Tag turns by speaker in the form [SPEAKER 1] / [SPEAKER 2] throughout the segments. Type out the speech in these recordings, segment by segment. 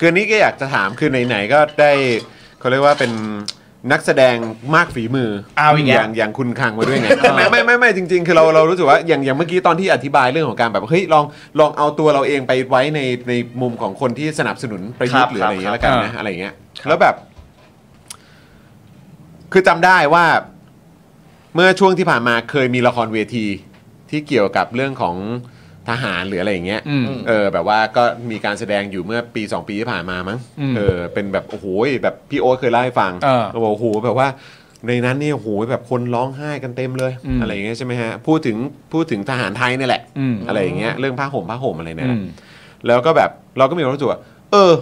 [SPEAKER 1] คืนนี้ก็อยากจะถามคือไหนๆก็ได้เขาเรียกว่าเป็นนักแสดงมากฝีมือ
[SPEAKER 2] เอาอีก
[SPEAKER 1] อ
[SPEAKER 2] แล้ว
[SPEAKER 1] ย่างอย่างคุณคังมาด้วยไง ไม่ไม่ไม่ไม่จริง ๆ คือเราเรารู้สึกว่าอย่างอย่างเมื่อกี้ตอนที่อธิบายเรื่องของการแบบเฮ้ยลองลองเอาตัวเราเองไปไว้ในในมุมของคนที่สนับสนุนประยุท
[SPEAKER 2] ครั
[SPEAKER 1] ธ์
[SPEAKER 2] บ
[SPEAKER 1] หรืออะไรอย่างเงี้ยแล้วกัน
[SPEAKER 2] ครับ
[SPEAKER 1] นะอะไรอย่างเงี้ยแล้วแบบ คือจำได้ว่าเมื่อช่วงที่ผ่านมาเคยมีละครเวทีที่เกี่ยวกับเรื่องของทหารหรืออะไรอย่างเงี้ย
[SPEAKER 3] อืม
[SPEAKER 1] เออแบบว่าก็มีการแสดงอยู่เมื่อปี 2 ปีที่ผ่านมามั้ง
[SPEAKER 3] อืม
[SPEAKER 1] เออเป็นแบบโอ้โหแบบพี่โอ๊ตเคยเล่าให้ฟัง
[SPEAKER 3] เออ
[SPEAKER 1] เขาบอกโอ้โหแบบว่าในนั้นนี่โอ้โหแบบคนร้องไห้กันเต็มเลย
[SPEAKER 3] อืม
[SPEAKER 1] อะไรอย่างเงี้ยใช่ไหมฮะพูดถึงพูดถึงทหารไทยนี่แหละ
[SPEAKER 3] อืม
[SPEAKER 1] อะไรอย่างเงี้ยเรื่องผ้าห่มผ้าห่มอะไรเนี่ย
[SPEAKER 3] อื
[SPEAKER 1] นะ
[SPEAKER 3] ม
[SPEAKER 1] แล้วก็แบบเราก็มีความรู้สึกว่าเออ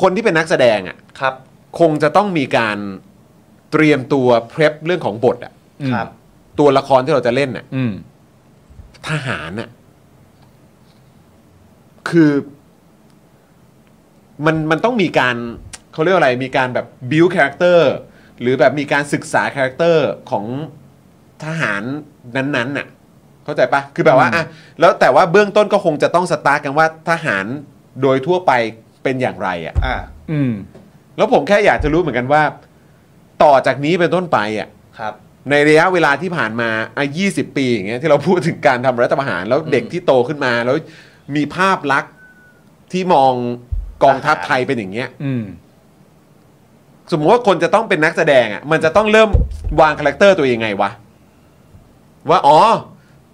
[SPEAKER 1] คนที่เป็นนักแสดงอ่ะ
[SPEAKER 2] ครับ
[SPEAKER 1] คงจะต้องมีการเตรียมตัวเพรพเรื่องของบทอ่ะ
[SPEAKER 2] ครับ
[SPEAKER 1] ตัวละครที่เราจะเล่นอ่ะ
[SPEAKER 3] อืม
[SPEAKER 1] ทหารน่ะคือมันมันต้องมีการเขาเรียกว่าอะไรมีการแบบบิวคาแรคเตอร์หรือแบบมีการศึกษาคาแรคเตอร์ของทหารนั้นๆน่ะ เข้าใจปะคือแบบว่าอ่ะแล้วแต่ว่าเบื้องต้นก็คงจะต้องสตาร์ทกันว่าทหารโดยทั่วไปเป็นอย่างไรอ่ะ
[SPEAKER 2] อ่า
[SPEAKER 3] อืม
[SPEAKER 1] แล้วผมแค่อยากจะรู้เหมือนกันว่า ต่อจากนี้เป็นต้นไปอ่ะ
[SPEAKER 2] ครับ
[SPEAKER 1] ในระยะเวลาที่ผ่านมาอ่ะ20 ปีอย่างเงี้ยที่เราพูดถึงการทำรัฐประหารแล้วเด็กที่โตขึ้นมา แล้วมีภาพลักษณ์ที่มองกองทัพไทยเป็นอย่างเงี้ย
[SPEAKER 3] อืม
[SPEAKER 1] สมมติว่าคนจะต้องเป็นนักแสดงอ่ะมันจะต้องเริ่มวางคาแรคเตอร์ตัวเองไงวะ ว่าอ๋อ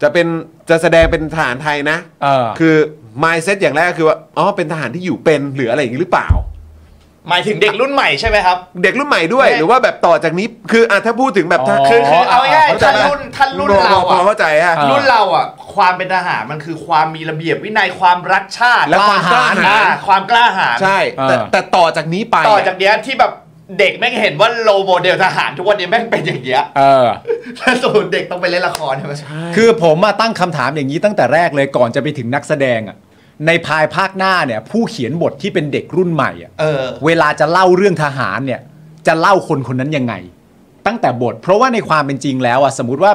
[SPEAKER 1] จะเป็นจะแสดงเป็นทหารไทยนะ
[SPEAKER 3] เออ
[SPEAKER 1] คือ mindset อย่างแรกคือว่าอ๋อเป็นทหารที่อยู่เป็นหรืออะไรอย่างนี้หรือเปล่า
[SPEAKER 2] หมายถึงเด็กรุ่นใหม่ใช่ไหมครับ
[SPEAKER 1] เด็กรุ่นใหม่ด้วย หรือว่าแบบต่อจากนี้ คืออ่ะถ้าพูดถึงแบบถ้า
[SPEAKER 2] คือคือเอาง่าย
[SPEAKER 1] เข้
[SPEAKER 2] ๆ
[SPEAKER 1] ใจ
[SPEAKER 2] ท่าน
[SPEAKER 1] ปะ
[SPEAKER 2] รุ่นท่านรุ่นเรา
[SPEAKER 1] พอ
[SPEAKER 2] อ่ะ
[SPEAKER 1] เข้าใจฮะ
[SPEAKER 2] รุ่นเราอ่ะ ความเป็นทหารมันคือความมีระเบียบวินัยความรักชาติ
[SPEAKER 1] และความกล้าหาญ
[SPEAKER 2] อ่ความกล้าหาญ
[SPEAKER 1] ใช่แต่แต่ต่อจากนี้ไป
[SPEAKER 2] ต่อจากเนี้ยที่แบบเด็กแม่งเห็นว่าโลโมเดลทหารทุกวันนี้แม่งเป็นอย่างเงี้ย
[SPEAKER 3] เออ
[SPEAKER 2] แล้วสมมติเด็กต้องไปเล่นละครใช่ไหม
[SPEAKER 3] คือผมมาตั้งคำถามอย่างนี้ตั้งแต่แรกเลยก่อนจะไปถึงนักแสดงอ่ะในภายภาคหน้าเนี่ย ผู้เขียนบทที่เป็นเด็กรุ่นใหม่อ่ะ
[SPEAKER 2] เออ
[SPEAKER 3] เวลาจะเล่าเรื่องทหารเนี่ย จะเล่าคนคนนั้นยังไง ตั้งแต่บท เพราะว่าในความเป็นจริงแล้วอ่ะสมมติว่า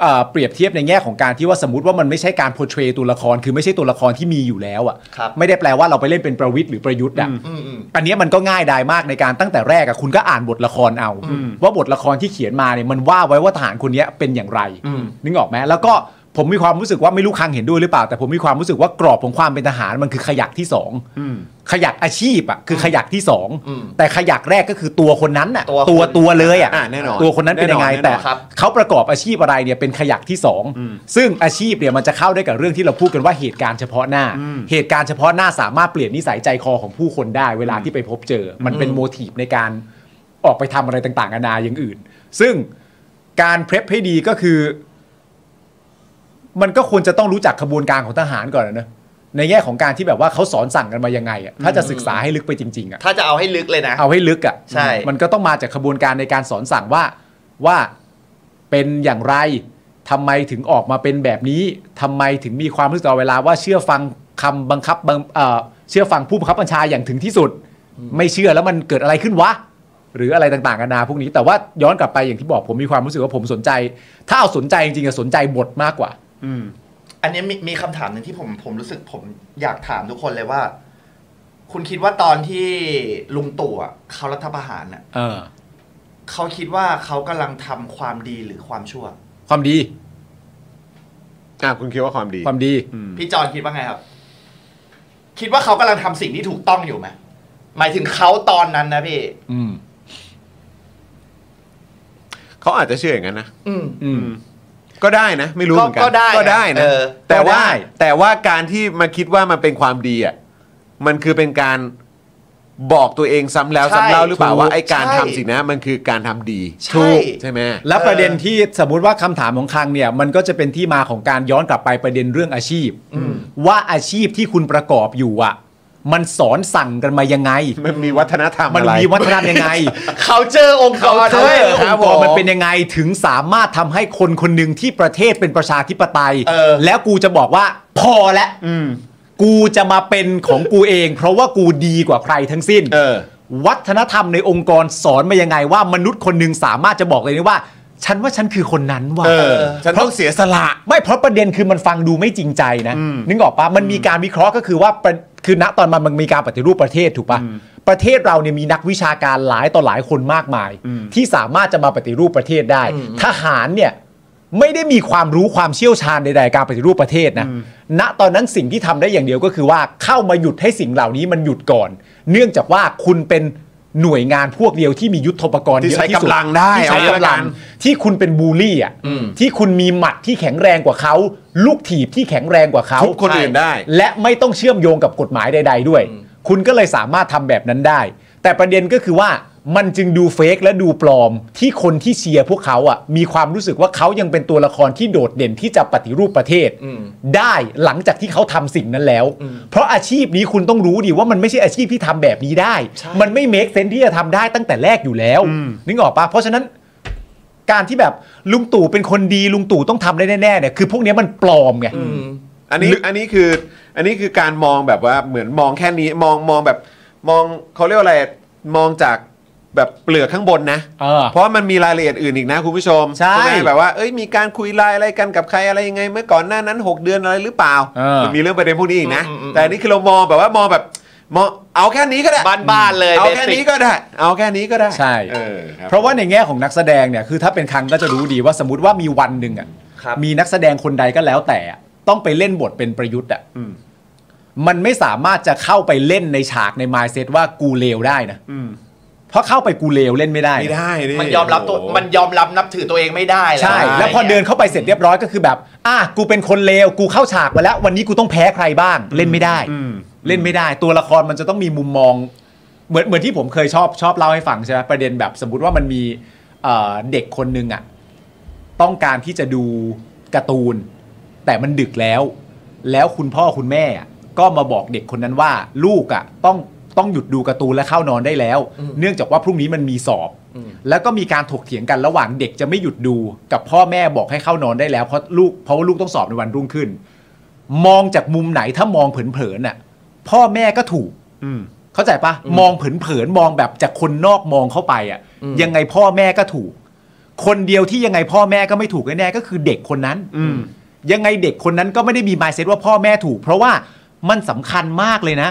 [SPEAKER 3] เอ่อเปรียบเทียบในแง่ของการที่ว่าสมมติว่ามันไม่ใช่การโพเทรตัวละครคือไม่ใช่ตัวละครที่มีอยู่แล้วอ่ะ
[SPEAKER 2] ครับ
[SPEAKER 3] ไม่ได้แปลว่าเราไปเล่นเป็นประวิทย์หรือประยุทธ์อ่ะ
[SPEAKER 2] อืมอืม
[SPEAKER 3] อันเนี้ยมันก็ง่ายดายมากในการตั้งแต่แรกอะคุณก็อ่านบทละครเอา ว่าบทละครที่เขียนมาเนี่ยมันว่าไว้ว่าทหารคนเนี้ยเป็นอย่างไรนึกออกไหมแล้วก็ผมมีความรู้สึกว่าไม่รู้คังเห็นด้วยหรือเปล่า แต่ผมมีความรู้สึกว่ากรอบของความเป็นทหารมันคือขยักที่สองขยักอาชีพอะคือขยักที่สอง
[SPEAKER 2] อืม
[SPEAKER 3] แต่ขยักแรกก็คือตัวคนนั้นอะ
[SPEAKER 2] ตัวคน
[SPEAKER 3] ตัวตัวเลยอะ
[SPEAKER 1] อ่าแน่นอน
[SPEAKER 3] ตัวคนนั้นเป็นยังไง
[SPEAKER 1] แน่นอน
[SPEAKER 3] แต่
[SPEAKER 2] ครับ
[SPEAKER 3] เขาประกอบอาชีพอะไรเนี่ยเป็นขยักที่สองซึ่งอาชีพเนี่ยมันจะเข้าได้กับเรื่องที่เราพูดกันว่าเหตุการณ์เฉพาะหน้า เหตุการณ์เฉพาะหน้าสามารถเปลี่ยนนิสัยใจคอของผู้คนได้เวลาที่ไปพบเจอ มันเป็นโมทีฟในการออกไปทำอะไรต่างๆนานาอย่างอื่น ซึ่งการเพลพให้ดีก็คือ มันก็ควรจะต้องรู้จักขบวนการของทหารก่อนนะเนอะในแง่ของการที่แบบว่าเขาสอนสั่งกันมายังไงอะถ้าจะศึกษาให้ลึกไปจริงๆอะ
[SPEAKER 2] ถ้าจะเอาให้ลึกเลยนะ
[SPEAKER 3] เอาให้ลึกอะ่ะ
[SPEAKER 2] ใช่
[SPEAKER 3] มันก็ต้องมาจากขบวนการในการสอนสั่งว่าว่าเป็นอย่างไรทำไมถึงออกมาเป็นแบบนี้ทำไมถึงมีความรู้สึกตลอดเวลาว่าเชื่อฟังคำบังคับบังเอ่อเชื่อฟังผู้บังคับบัญชาอย่างถึงที่สุด ไม่เชื่อแล้วมันเกิดอะไรขึ้นวะ หรืออะไรต่างๆกันานาพวกนี้ แต่ว่าย้อนกลับไปอย่างที่บอกผมมีความรู้สึกว่าผมสนใจ ถ้าเอาสนใจจริงๆอะสนใจบทมากกว่า
[SPEAKER 2] อันนี้มีมีคำถามหนึ่งที่ผมผมรู้สึกผมอยากถามทุกคนเลยว่า คุณคิดว่าตอนที่ลุงตู่อะเขารัฐประหารน่ะ
[SPEAKER 3] เออ
[SPEAKER 2] เขาคิดว่าเขากำลังทำความดีหรือความชั่ว
[SPEAKER 3] ความดี
[SPEAKER 1] อ่ะคุณคิดว่าความดี
[SPEAKER 3] ความดี
[SPEAKER 2] พี่จอนคิดว่าไงครับ คิดว่าเขากำลังทำสิ่งที่ถูกต้องอยู่ไหมหมายถึงเขาตอนนั้นนะพี่
[SPEAKER 3] อืม
[SPEAKER 1] เขาอาจจะเชื่ออย่างนั้นนะ
[SPEAKER 2] อืม
[SPEAKER 3] อืม
[SPEAKER 1] ก็ได้นะ ไม่รู้เหมือนกั
[SPEAKER 2] ก็ก็ได้นะ
[SPEAKER 1] ก็ได้นะ
[SPEAKER 2] เออ
[SPEAKER 1] แต่ว่า
[SPEAKER 3] ก็ได้
[SPEAKER 1] แต่ว่าการที่มาคิดว่ามันเป็นความดีอ่ะมันคือเป็นการบอกตัวเองซ้ำแล้วซ้ำเล่าหรือเปล่าว่าไอ้การทำสิ่งนั้นมันคือการทำดี
[SPEAKER 2] ใช่
[SPEAKER 1] ใช่ไหม
[SPEAKER 3] และประเด็นที่สมมติว่าคำถามของคังเนี่ย มันก็จะเป็นที่มาของการย้อนกลับไปประเด็นเรื่องอาชีพ ว่าอาชีพที่คุณประกอบอยู่อ่ะ มันสอนสั่งกันมายังไง
[SPEAKER 1] มันมีวัฒนธรรม
[SPEAKER 3] มัน
[SPEAKER 1] อะไร
[SPEAKER 3] มีวัฒนธรรมยังไง
[SPEAKER 2] เขาเจอองค์ก
[SPEAKER 3] เขา
[SPEAKER 2] ร
[SPEAKER 3] เขา
[SPEAKER 2] ด้วย
[SPEAKER 3] เออองค์
[SPEAKER 1] ผ
[SPEAKER 3] กร
[SPEAKER 1] ม
[SPEAKER 3] มันเป็นยังไงถึงสามารถทำให้คนคนหนึ่งที่ประเทศเป็นประชาธิปไตย
[SPEAKER 2] เออ
[SPEAKER 3] แล้วกูจะบอกว่าพอแล้วกูจะมาเป็นของกูเอง เพราะว่ากูดีกว่าใครทั้งสิ้น
[SPEAKER 1] เออ
[SPEAKER 3] วัฒนธรรมในองค์กรสอนมายังไงว่ามนุษย์คนหนึ่งสามารถจะบอกเลยนะว่า ฉันว่าฉันคือคนนั้นว่ะ
[SPEAKER 1] เออ ฉันต้องเสียสละ
[SPEAKER 3] ไม่เพราะประเด็นคือมันฟังดูไม่จริงใจนะ
[SPEAKER 1] อืม
[SPEAKER 3] นึกออกปะมันมีการวิเคราะห์ก็คือว่าประคือณตอนมันมันมีการปฏิรูปประเทศถูกปะประเทศเราเนี่ยมีนักวิชาการหลายต่อหลายคนมากมาย
[SPEAKER 1] อืม
[SPEAKER 3] ที่สามารถจะมาปฏิรูปประเทศได้ ทหารเนี่ยไม่ได้มีความรู้ความเชี่ยวชาญใดๆการปฏิรูปประเทศนะณตอนนั้นสิ่งที่ทำได้อย่างเดียวก็คือว่าเข้ามาหยุดให้สิ่งเหล่านี้มันหยุดก่อน เนื่องจากว่าคุณเป็นหน่วยงานพวกเดียวที่มียุทธปกรณ์
[SPEAKER 1] ที่
[SPEAKER 3] เยอะ
[SPEAKER 1] ใช้
[SPEAKER 3] ที่สุด
[SPEAKER 1] กำลังได้
[SPEAKER 3] ที่ใช้
[SPEAKER 1] เอาไว้ละ
[SPEAKER 3] กำลั
[SPEAKER 1] กั
[SPEAKER 3] ง
[SPEAKER 1] น
[SPEAKER 3] ที่คุณเป็นบูลลี่อ่ะ
[SPEAKER 2] อืม
[SPEAKER 3] ที่คุณมีหมัดที่แข็งแรงกว่าเขา ลูกถีบที่แข็งแรงกว่าเขา
[SPEAKER 1] ทุบคนอื่นได้
[SPEAKER 3] และไม่ต้องเชื่อมโยงกับกฎหมายใด ๆ ด้วย คุณก็เลยสามารถทำแบบนั้นได้ แต่ประเด็นก็คือว่ามันจึงดูเฟกและดูปลอม ที่คนที่เชียร์พวกเขาอ่ะมีความรู้สึกว่าเขายังเป็นตัวละครที่โดดเด่นที่จะปฏิรูปประเทศ
[SPEAKER 2] อืม
[SPEAKER 3] ได้หลังจากที่เขาทำสิ่งนั้นแล้ว เพราะอาชีพนี้คุณต้องรู้ดิว่ามันไม่ใช่อาชีพที่ทำแบบนี้ได้ มันไม่เมคเซนที่จะทำได้ตั้งแต่แรกอยู่แล้ว นึกออกปะเพราะฉะนั้น การที่แบบลุงตู่เป็นคนดีลุงตู่ต้องทำได้แน่ๆเนี่ยคือพวกเนี้ยมันปลอมไง
[SPEAKER 2] อืม
[SPEAKER 1] อันนี้
[SPEAKER 3] หรืออั
[SPEAKER 1] อันนี้คืออันนี้คือการมองแบบว่าเหมือนมองแค่นี้มองมองแบบมองเขาเรียกว่าอะไรมองจากแบบเปลือกข้างบนนะ
[SPEAKER 3] เออ
[SPEAKER 1] ราะมันมีรายละเอียดอื่นอีกนะคุณผู้ชม
[SPEAKER 3] ใช่
[SPEAKER 1] ไหมแบบว่าเอ้ยมีการคุยไลน์อะไรกันกับใครอะไรยังไง เมื่อก่อนหน้านั้น 6 เดือนอะไรหรือเปล่า
[SPEAKER 3] เออ
[SPEAKER 1] มันมีเรื่องประเด็นพวกนี้อีกนะ
[SPEAKER 2] อืมอืม
[SPEAKER 1] แต่อันนี้คือเรามองแบบว่ามองแบบมองเอาแค่นี้ก็ได้
[SPEAKER 2] บ้านบ้านๆเลย
[SPEAKER 1] เอา
[SPEAKER 2] เบ
[SPEAKER 1] แค่
[SPEAKER 2] สิ
[SPEAKER 1] นี้
[SPEAKER 2] ก
[SPEAKER 1] ก็ได้ เอาแค่นี้ก็ได้
[SPEAKER 3] ใช่
[SPEAKER 1] เออคบ
[SPEAKER 3] เพราะว่าในแง่ของนักแสดงเนี่ยคือถ้าเป็นครั้งก็จะรู้ดีว่าสมมติว่ามีวันหนึ่งอ่ะ
[SPEAKER 2] ครับ
[SPEAKER 3] มีนักแสดงคนใดก็แล้วแต่อะต้องไปเล่นบทเป็นประยุทธ์อ่ะ
[SPEAKER 1] อืม
[SPEAKER 3] มันไม่สามารถจะเข้าไปเล่นในฉากในมายเซตว่ากูเลวได้นะ
[SPEAKER 1] อืม
[SPEAKER 3] เพราะเข้าไปกูเลวเล่นไม่ได้
[SPEAKER 1] ไม่ได้ดิ
[SPEAKER 2] มันยอมรับตัว
[SPEAKER 1] โโห
[SPEAKER 2] มันยอมรับนับถือตัวเองไม่ได้
[SPEAKER 3] ใช่
[SPEAKER 2] ะไร
[SPEAKER 3] แล้วพอเดินเข้าไปเสร็จเรียบร้อยก็คือแบบ อ่ะกูเป็นคนเลว กูเข้าฉากมาแล้ว วันนี้กูต้องแพ้ใครบ้าง เล่นไม่ได้
[SPEAKER 1] อืม
[SPEAKER 3] เล่นไม่ได้ ตัวละครมันจะต้องมีมุมมอง เหมือนเหมือนที่ผมเคยชอบชอบเล่าให้ฟังใช่ไหมประเด็นแบบสมมติว่ามันมีเอ่อเด็กคนหนึงอ่ะ ต้องการที่จะดูการ์ตูน แต่มันดึกแล้ว แล้วคุณพ่อคุณแม่อะก็มาบอกเด็กคนนั้นว่า ลูกอ่ะต้องต้องหยุดดูการ์ตูนและเข้านอนได้แล้ว เนื่องจากว่าพรุ่งนี้มันมีสอบ แล้วก็มีการถกเถียงกันระหว่างเด็กจะไม่หยุดดูกับพ่อแม่บอกให้เข้านอนได้แล้วเพราะลูกเพราะว่าลูกต้องสอบในวันรุ่งขึ้น มองจากมุมไหนถ้ามองเผินๆน่ะ พ่อแม่ก็ถูก
[SPEAKER 1] อืม
[SPEAKER 3] เข้าใจปะมองเผินๆมองแบบจากคนนอกมองเข้าไปอ่ะ ยังไงพ่อแม่ก็ถูก คนเดียวที่ยังไงพ่อแม่ก็ไม่ถูกแน่ๆก็คือเด็กคนนั้น
[SPEAKER 1] อืม
[SPEAKER 3] ยังไงเด็กคนนั้นก็ไม่ได้มีมายเซตว่าพ่อแม่ถูก เพราะว่ามันสำคัญมากเลยนะ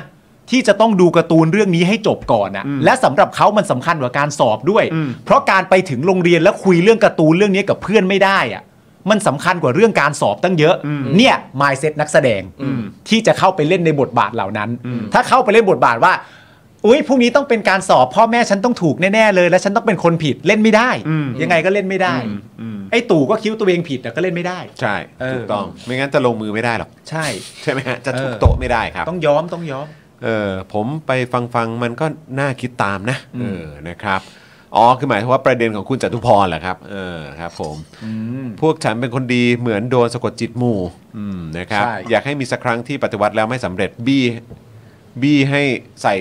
[SPEAKER 3] ที่จะต้องดูการ์ตูนเรื่องนี้ให้จบก่อนนะและสำหรับเขามันสำคัญกว่าการสอบด้วย เพราะการไปถึงโรงเรียนแล้วคุยเรื่องการ์ตูนเรื่องนี้กับเพื่อนไม่ได้อ่ะ มันสำคัญกว่าเรื่องการสอบตั้งเยอะ เนี่ยมายเซตนักแสดงที่จะเข้าไปเล่นในบทบาทเหล่านั้น ถ้าเข้าไปเล่นบทบาทว่า อุ้ยพรุ่งนี้ต้องเป็นการสอบพ่อแม่ฉันต้องถูกแน่ๆเลย และฉันต้องเป็นคนผิดเล่นไม่ได้ ยังไงก็เล่นไม่ได้ ไอ้ตู่ก็คิดวาตัวเองผิดแต่ก็เล่นไม่ได้
[SPEAKER 1] ใช่
[SPEAKER 3] เออ
[SPEAKER 1] ถูกต้องไม่งั้นจะลงมือไม่ได้หรอก
[SPEAKER 3] ใช่
[SPEAKER 1] ใช่ไหมฮะจะถูก
[SPEAKER 3] เออ
[SPEAKER 1] โต๊ะไม่ได้ครับ
[SPEAKER 3] ต้องย้อมต้องย้อม
[SPEAKER 1] เออผมไปฟังฟังมันก็น่าคิดตามนะเออนะครับอ๋อคือหมายถึงว่าประเด็นของคุณจตุพรเหรอครับเออครับผมพวกฉันเป็นคนดีเหมือนโดนสะกดจิตหมู่อืมนะครับ
[SPEAKER 3] ใช่
[SPEAKER 1] อยากให้มีสักครั้งที่ปฏิวัติแล้วไม่สำเร็จบี้บี้ให้ใส่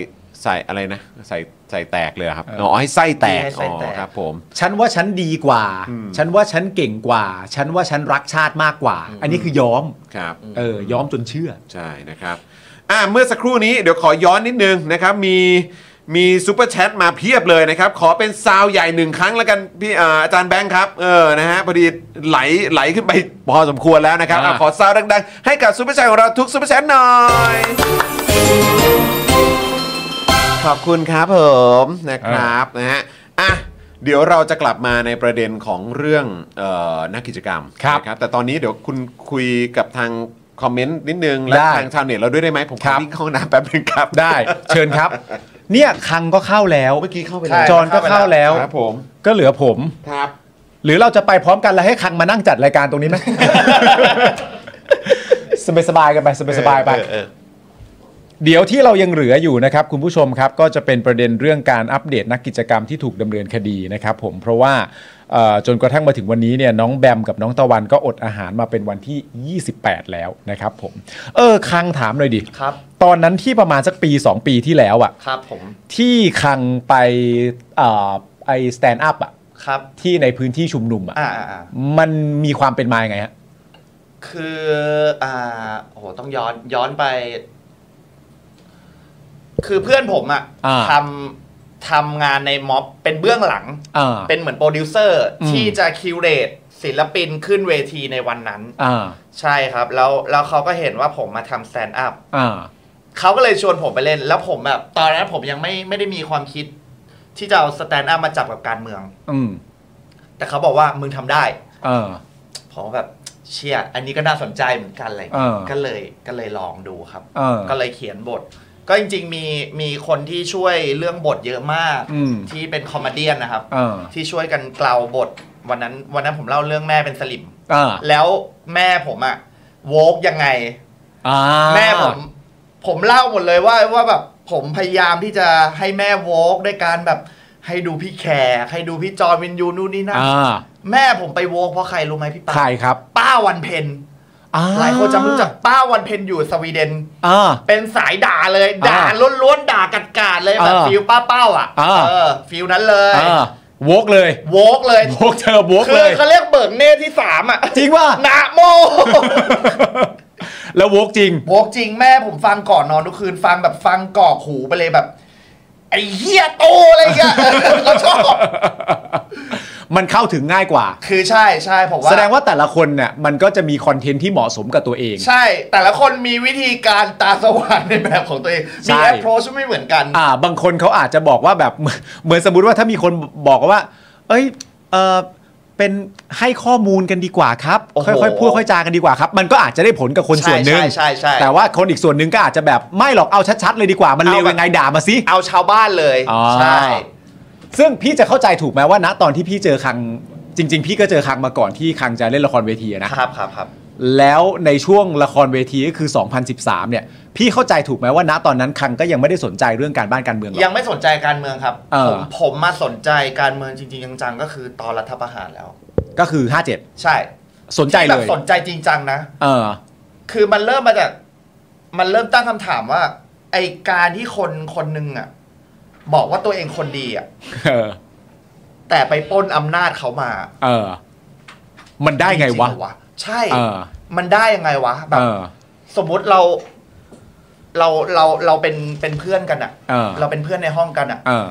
[SPEAKER 1] ใส่อะไรนะใส่ใส่แตกเลยเหรอครับอ๋อให้ไส้แตก
[SPEAKER 2] ให้ไส้
[SPEAKER 1] อ๋
[SPEAKER 2] แต
[SPEAKER 1] อก ครับผม
[SPEAKER 3] ฉันว่าฉันดีกว่า ฉันว่าฉันเก่งกว่า ฉันว่าฉันรักชาติมากกว่า อันนี้คือย้อม
[SPEAKER 1] ครับ
[SPEAKER 3] เออย้อมจนเชื่อ
[SPEAKER 1] ใช่นะครับ อ่าเมื่อสักครู่นี้เดี๋ยวขอย้อนนิดนึงนะครับ มีมีซูเปอร์แชทมาเพียบเลยนะครับ ขอเป็นซาวใหญ่หนึ่งครั้งแล้วกันพี่อ่าอาจารย์แบงค์ครับ เออ นะฮะ พอดีไหลไหลขึ้นไปพอสมควรแล้วนะครับ
[SPEAKER 3] อ่า
[SPEAKER 1] อะขอซาวดังๆ ให้กับซูเปอร์แชทของเราทุกซูเปอร์แชทหน่อย ขอบคุณครับผมนะครับนะฮะอ่ะเดี๋ยวเราจะกลับมาในประเด็นของเรื่องเออนักกิจกรรม
[SPEAKER 3] ครับ
[SPEAKER 1] นะครับ แต่ตอนนี้เดี๋ยวคุณคุยกับทางคอมเมนต์นิดนึง และ
[SPEAKER 3] ได้
[SPEAKER 1] ทางชาวเน็ตเราด้วยได้ไหมผมข
[SPEAKER 3] ครั
[SPEAKER 1] อบ วิ่งเข้าห้องน้ำแป๊บนึงครับ
[SPEAKER 3] ได้ เชิญครับ เนี่ยคังก็เข้าแล้ว
[SPEAKER 1] เมื่อกี้เข้าไป
[SPEAKER 2] ใช่
[SPEAKER 1] แล้ว
[SPEAKER 3] จอนก็เข้าแล้ว
[SPEAKER 1] ครับผม
[SPEAKER 3] ก็เหลือผม
[SPEAKER 1] ครับ
[SPEAKER 3] หรือเราจะไปพร้อมกันแล้วให้คังมานั่งจัดรายการตรงนี้ไหม ส บายสบายๆกันไปสบายสบายๆไป
[SPEAKER 1] เออเออ
[SPEAKER 3] เดี๋ยวที่เรายังเหลืออยู่นะครับ คุณผู้ชมครับ ก็จะเป็นประเด็นเรื่องการอัปเดตนักกิจกรรมที่ถูกดำเนินคดีนะครับผมเพราะว่าเอ่อจนกระทั่งมาถึงวันนี้เนี่ยน้องแบมกับน้องตะวันก็อดอาหารมาเป็นวันที่ 28 แล้วนะครับผม เออคังถามหน่อยดิ
[SPEAKER 2] ครับ
[SPEAKER 3] ตอนนั้นที่ประมาณสักปี 2 ปีที่แล้วอะ
[SPEAKER 2] ครับผม
[SPEAKER 3] ที่คังไปเอ่อไอสแตนด์อัพอะ
[SPEAKER 2] ครับ
[SPEAKER 3] ที่ในพื้นที่ชุมนุมอะ
[SPEAKER 2] อ่าอ่าอ่า
[SPEAKER 3] มันมีความเป็นมายังไงฮะ
[SPEAKER 2] คืออ่าโอ้โหต้องย้อนย้อนไป คือเพื่อนผมอะ
[SPEAKER 3] อ่า
[SPEAKER 2] ทำ ทำงานในม็อบเป็นเบื้องหลัง
[SPEAKER 3] อ่า
[SPEAKER 2] เป็นเหมือนโปรดิวเซอร์
[SPEAKER 3] อืม
[SPEAKER 2] ที่จะคิวเรตศิลปินขึ้นเวทีในวันนั้น
[SPEAKER 3] อ่า
[SPEAKER 2] ใช่ครับ แล้วแล้วเขาก็เห็นว่าผมมาทำสแตนด์อัพ
[SPEAKER 3] อ่า
[SPEAKER 2] เขาก็เลยชวนผมไปเล่น แล้วผมแบบตอนนั้นผมยังไม่ไม่ได้มีความคิด ที่จะเอาสแตนด์อัพมาจับกับการเมือง
[SPEAKER 3] อืม
[SPEAKER 2] แต่เขาบอกว่ามึงทำได้
[SPEAKER 3] เออ
[SPEAKER 2] ผมแบบเชียอันนี้ก็น่าสนใจเหมือนกันอะไรอย่างเงี้ย
[SPEAKER 3] เออ
[SPEAKER 2] ก็เลยก็เลยลองดูครับ
[SPEAKER 3] เออ
[SPEAKER 2] ก็เลยเขียนบท ก็จริงๆมีมีคนที่ช่วยเรื่องบทเยอะมาก
[SPEAKER 3] อืม
[SPEAKER 2] ที่เป็นคอมเมเดี้นนะครับ
[SPEAKER 3] เออ
[SPEAKER 2] ที่ช่วยกันเกลาบทวันนั้น วันนั้นผมเล่าเรื่องแม่เป็นสลิม
[SPEAKER 3] อ่า
[SPEAKER 2] แล้วแม่ผมอะโวกยังไง
[SPEAKER 3] อ่า
[SPEAKER 2] แม่ผม ผมเล่าหมดเลยว่าว่าแบบผมพยายามที่จะให้แม่โวกด้วยการแบบให้ดูพี่แขกให้ดูพี่จอร์นวินยูนู่นนี่นั่น
[SPEAKER 3] อ่า
[SPEAKER 2] แม่ผมไปโวกเพราะใครรู้ไหมพี่ปา
[SPEAKER 3] ใครครับ
[SPEAKER 2] ป้าวันเพ็ญ
[SPEAKER 3] อ่
[SPEAKER 2] หลายคนจำรู้จักป้าวันเพ็ญอยู่สวีเดน
[SPEAKER 3] อ่า
[SPEAKER 2] เป็นสายด่าเลยด่า
[SPEAKER 3] อ่า
[SPEAKER 2] ล้วนๆด่ากัดกาดๆเลยแบบ
[SPEAKER 3] อ่า
[SPEAKER 2] ฟิลป้าเป้าอ่ะ
[SPEAKER 3] อ่า
[SPEAKER 2] เออฟิลนั้นเลย
[SPEAKER 3] อ่าโวกเลย
[SPEAKER 2] โวกเลย
[SPEAKER 3] โวกเธอโวก
[SPEAKER 2] คื
[SPEAKER 3] เล
[SPEAKER 2] อย เขาเรียกเบิกเนตรที่สามอ่ะ
[SPEAKER 3] จริงว่า
[SPEAKER 2] นะโม
[SPEAKER 3] แล้วโวกจริง
[SPEAKER 2] โวกจริงแม่ผมฟังก่อนนอนทุกคืนฟังแบบฟังกรอกหูไปเลยแบบ ไอ้เฮียโตอะไรอย่างเงี้ ย ก็ชอบ
[SPEAKER 3] มันเข้าถึงง่ายกว่า
[SPEAKER 2] คือใช่ใช่ผมว่า
[SPEAKER 3] แสดงว่าแต่ละคนเนี่ยมันก็จะมีคอนเทนต์ที่เหมาะสมกับตัวเอง
[SPEAKER 2] ใช่ แต่ละคนมีวิธีการตาสว่างในแบบของตัวเอง
[SPEAKER 3] ใช่
[SPEAKER 2] มี approach ไม่เหมือนกัน
[SPEAKER 3] อ่า บางคนเขาอาจจะบอกว่าแบบเหมื อนเหมือนสมมติว่าถ้ามีคนบอกว่า เอ้ยเออเป็นให้ข้อมูลกันดีกว่าครับ
[SPEAKER 2] โอ้โห
[SPEAKER 3] ค่อยๆพูดค่อยๆจากันดีกว่าครับ มันก็อาจจะได้ผลกับคนส่วนหนึ่ง
[SPEAKER 2] ใช่ใช่ใช่
[SPEAKER 3] แต่
[SPEAKER 2] ใช่
[SPEAKER 3] ว่าคนอีกส่วนหนึ่งก็อาจจะแบบไม่หรอกเอาชัดๆเลยดีกว่ามันเลว
[SPEAKER 2] เอาแบบ
[SPEAKER 3] ยังไงด่ามาสิ
[SPEAKER 2] เอาชาวบ้านเลย
[SPEAKER 3] อ๋อ
[SPEAKER 2] ใช่
[SPEAKER 3] ซึ่งพี่จะเข้าใจถูกไหมว่าณตอนที่พี่เจอคังจริง ๆ พี่ก็เจอคังมาก่อนที่คังจะเล่นละครเวทีอะนะ
[SPEAKER 2] ครับครับครับ
[SPEAKER 3] แล้วในช่วงละครเวทีก็คือ 2013 เนี่ย พี่เข้าใจถูกไหมว่าณตอนนั้นคังก็ยังไม่ได้สนใจเรื่องการบ้านการเมืองหรอก
[SPEAKER 2] ยังไม่สนใจการเมืองครับ
[SPEAKER 3] เออ
[SPEAKER 2] ผมผมมาสนใจการเมืองจริงๆจังๆก็คือตอนรัฐประหารแล้ว
[SPEAKER 3] ก็คือ
[SPEAKER 2] ใช่
[SPEAKER 3] 57 สนใจเล
[SPEAKER 2] ที่
[SPEAKER 3] ย
[SPEAKER 2] แบบสนใจจริงจังนะ
[SPEAKER 3] เออ
[SPEAKER 2] คือมันเริ่มมาจาก มันเริ่มตั้งคำถามว่า ไอการที่คนคนหนึ่งอ่ะ บอกว่าตัวเองคนดีอ่ะ
[SPEAKER 3] เออ
[SPEAKER 2] แต่ไปปล้นอำนาจเขามา
[SPEAKER 3] เออ มันได้ไงวะ
[SPEAKER 2] จริเหรอใช่
[SPEAKER 3] เออ
[SPEAKER 2] มันได้ยังไงวะแบ
[SPEAKER 3] เอบ อ
[SPEAKER 2] สมมติเรา เราเราเราเป็นเป็นเพื่อนกันอ่ะ
[SPEAKER 3] เออ
[SPEAKER 2] เป็นเพื่อนในห้องกันอ่ะ
[SPEAKER 3] เออ